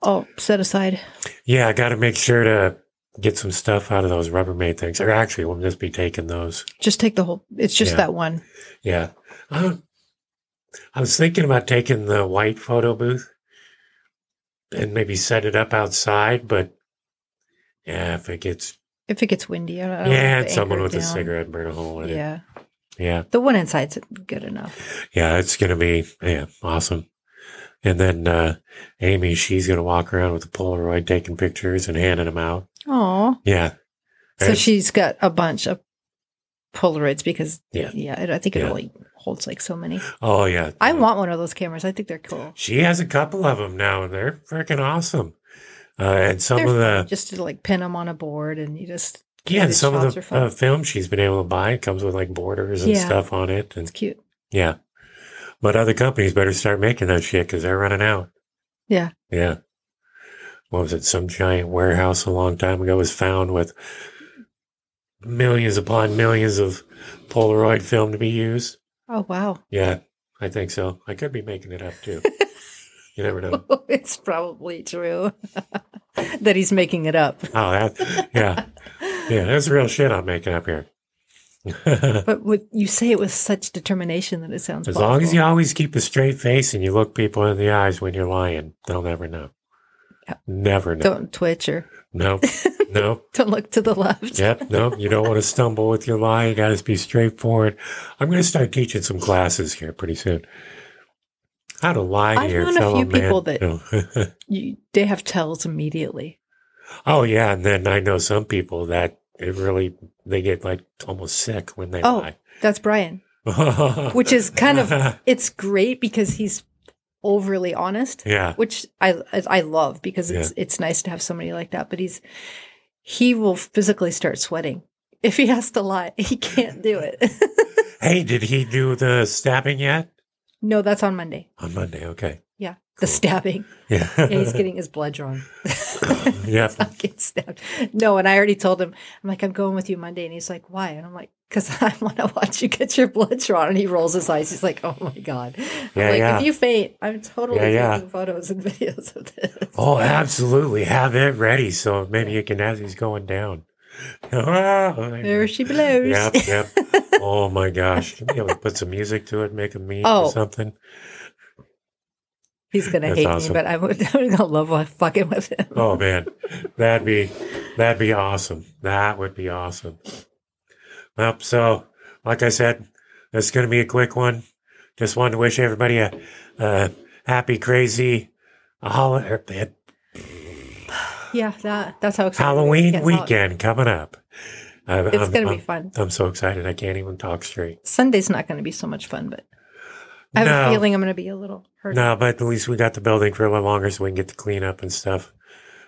all set aside. Yeah, I got to make sure to get some stuff out of those Rubbermaid things. Or actually, we'll just be taking those. Just take the whole. It's just Yeah. that one. Yeah. I, don't- I was thinking about taking the white photo booth and maybe set it up outside, but yeah, if it gets, If it gets windy, I don't, I don't yeah, know if it's someone Oh, anchor with a down. cigarette burn a hole in it. Yeah, Yeah. the one inside's good enough. Yeah. It's going to be, yeah, awesome. And then uh, Amy, she's going to walk around with a Polaroid taking pictures and handing them out. Oh, Yeah. so And- she's got a bunch of Polaroids because Yeah. yeah, I think it Yeah. only holds like so many. oh, yeah. I want one of those cameras. I think they're cool. She has a couple of them now, and they're freaking awesome. Uh, and some They're of the fun, just to like pin them on a board and you just yeah, and the some of shots the are fun. uh, film she's been able to buy comes with like borders and Yeah. stuff on it, and it's cute. yeah. But other companies better start making that shit because they're running out. Yeah. Yeah. What was it? Some giant warehouse a long time ago was found with millions upon millions of Polaroid film to be used. Oh wow, Yeah, I think so. I could be making it up too. you never know. it's probably true. that he's making it up. Oh, that, yeah. Yeah, that's real shit I'm making up here. But what you say it with such determination that it sounds As long as plausible. you always keep a straight face and you look people in the eyes when you're lying, they'll never know. Never know. don't twitch or No, no. don't look to the left. Yep, no. You don't want to stumble with your lie. You got to be straightforward. I'm going to start teaching some classes here pretty soon. How to lie to I've your known a fellow few man. people that- No. You, they have tells immediately. oh yeah, and then I know some people that it really they get like almost sick when they Oh, lie. that's Brian, which is kind of it's great because he's overly honest, yeah, which I I love because it's it's nice to have somebody like that. But he's he will physically start sweating if he has to lie. He can't do it. Hey, did he do the stabbing yet? no, that's on Monday. On Monday, okay. Yeah, the stabbing. Yeah. Yeah, he's getting his blood drawn. yeah. I'll get stabbed. No, and I already told him, I'm like, I'm going with you Monday. And he's like, why? And I'm like, because I want to watch you get your blood drawn. And he rolls his eyes. He's like, oh my God. I'm Yeah, like, yeah. if you faint, I'm totally Yeah, yeah. taking photos and videos of this. Oh, absolutely. Have it ready so maybe you can as he's going down. there There she blows. Yep, yep. oh my gosh. Should we be able to put some music to it, make a meme Oh. or something? He's going to That's hate awesome. me, but I would, I'm going to love wa- fucking with him. Oh man. That'd be that'd be awesome. That would be awesome. Well, so like I said, this is gonna be a quick one. Just wanted to wish everybody a, a happy, crazy er, holiday, Yeah, that, that's how excited Halloween Yeah, weekend Um, coming up. I'm, It's I'm- going to I'm- be fun. I'm so excited. I can't even talk straight. Sunday's not going to be so much fun, but I have No. a feeling I'm going to be a little hurt. No, but at least we got the building for a little longer so we can get the cleanup and stuff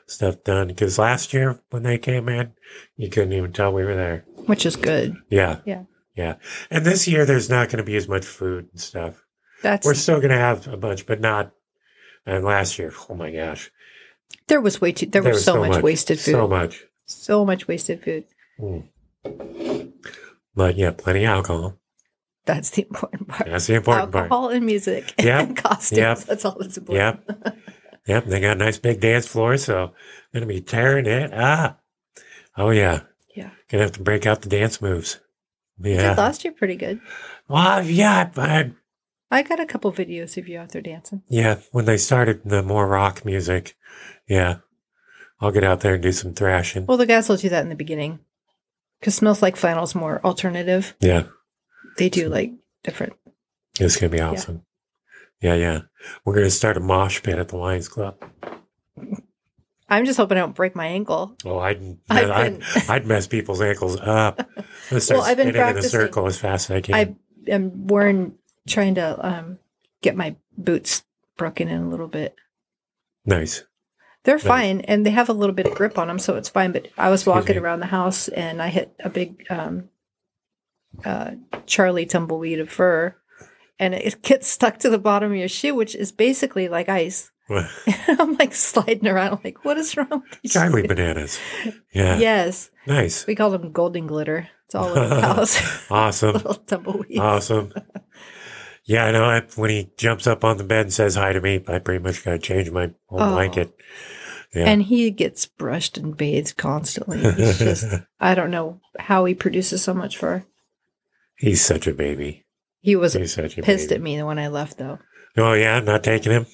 stuff done. Because last year when they came in, you couldn't even tell we were there. Which is good. Yeah. Yeah. Yeah. And this year there's not going to be as much food and stuff. That's We're still going to have a bunch, but not. And last year, oh my gosh, there was way too there, was was so, much, wasted food. So much. so much wasted food. But yeah, plenty of alcohol. That's the important part. That's the important part. Alcohol and music Yep. and costumes. Yep. That's all that's important. Yep. Yep. They got a nice big dance floor, so gonna be tearing it up. Oh yeah. Yeah. Gonna have to break out the dance moves. You did Yeah. last year pretty good. Well, yeah, but I- I got a couple videos of you out there dancing. yeah, when they started the more rock music, yeah. I'll get out there and do some thrashing. Well, the guys will do that in the beginning because Smells Like Flannel's more alternative. Yeah. They do like different. It's gonna be awesome. Yeah, yeah. We're gonna start a mosh pit at the Lions Club. I'm just hoping I don't break my ankle. Oh, I'd I've I'd, I'd, been- mess people's ankles up. Let's start Well, I've been spinning in a practicing. circle as fast as I can. I am worn trying to um, get my boots broken in a little bit. nice. They're fine, and they have a little bit of grip on them, so it's fine. But I was walking me. around the house, and I hit a big um, uh, Charlie tumbleweed of fur, and it gets stuck to the bottom of your shoe, which is basically like ice. I'm like sliding around, like what is wrong? With these Charlie shoes? bananas. Yeah. Yes, Nice. we call them golden glitter. It's all over the house, Awesome. little tumbleweed. Oh, awesome. Yeah, I know. I, when he jumps up on the bed and says hi to me, I pretty much got to change my whole Oh. blanket. Yeah. And he gets brushed and bathed constantly. He's just, I don't know how he produces so much fur. He's such a baby. He was He's such a pissed at baby. me when I left, though. Oh, yeah. I'm not taking him.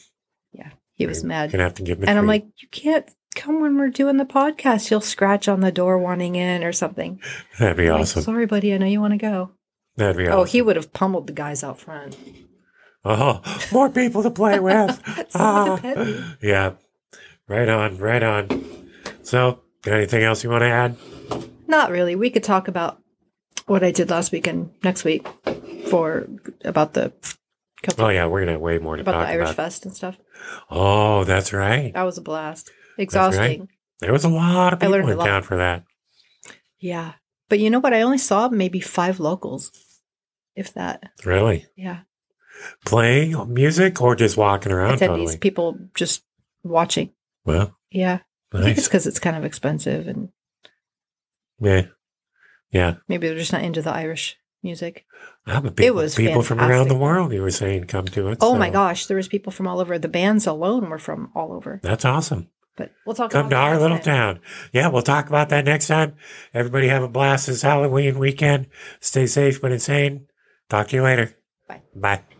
Yeah, he was You're mad. going to have to give him a And I'm treat. like, you can't come when we're doing the podcast. You'll scratch on the door wanting in or something. that'd be I'm like, awesome. Sorry, buddy. I know you want to go. That'd be Oh, awesome. he would have pummeled the guys out front. Oh, more people to play with. Someone ah. to pet me. Yeah. Right on. Right on. So, got anything else you want to add? Not really. We could talk about what I did last week and next week for about the couple, Oh, yeah. We're going to have way more to about the talk Irish about. Fest and stuff. Oh, that's right. That was a blast. right. Exhausting. There was a lot of I people learned a in lot. town for that. Yeah. But you know what? I only saw maybe five locals, if that. Really? Yeah. playing music or just walking around Attendees, Oh, totally. people just watching. well, Yeah. I think it's nice. because it's kind of expensive and Yeah. Yeah. maybe they're just not into the Irish music. Ah, but people, was people from around the fantastic. world you were saying come to it. Oh my so gosh, there was people from all over. The bands alone were from all over. That's awesome. But we'll talk Come about to that our next little time. town. Yeah, we'll talk about that next time. Everybody have a blast this Halloween weekend. Stay safe but insane. Talk to you later. Bye. Bye.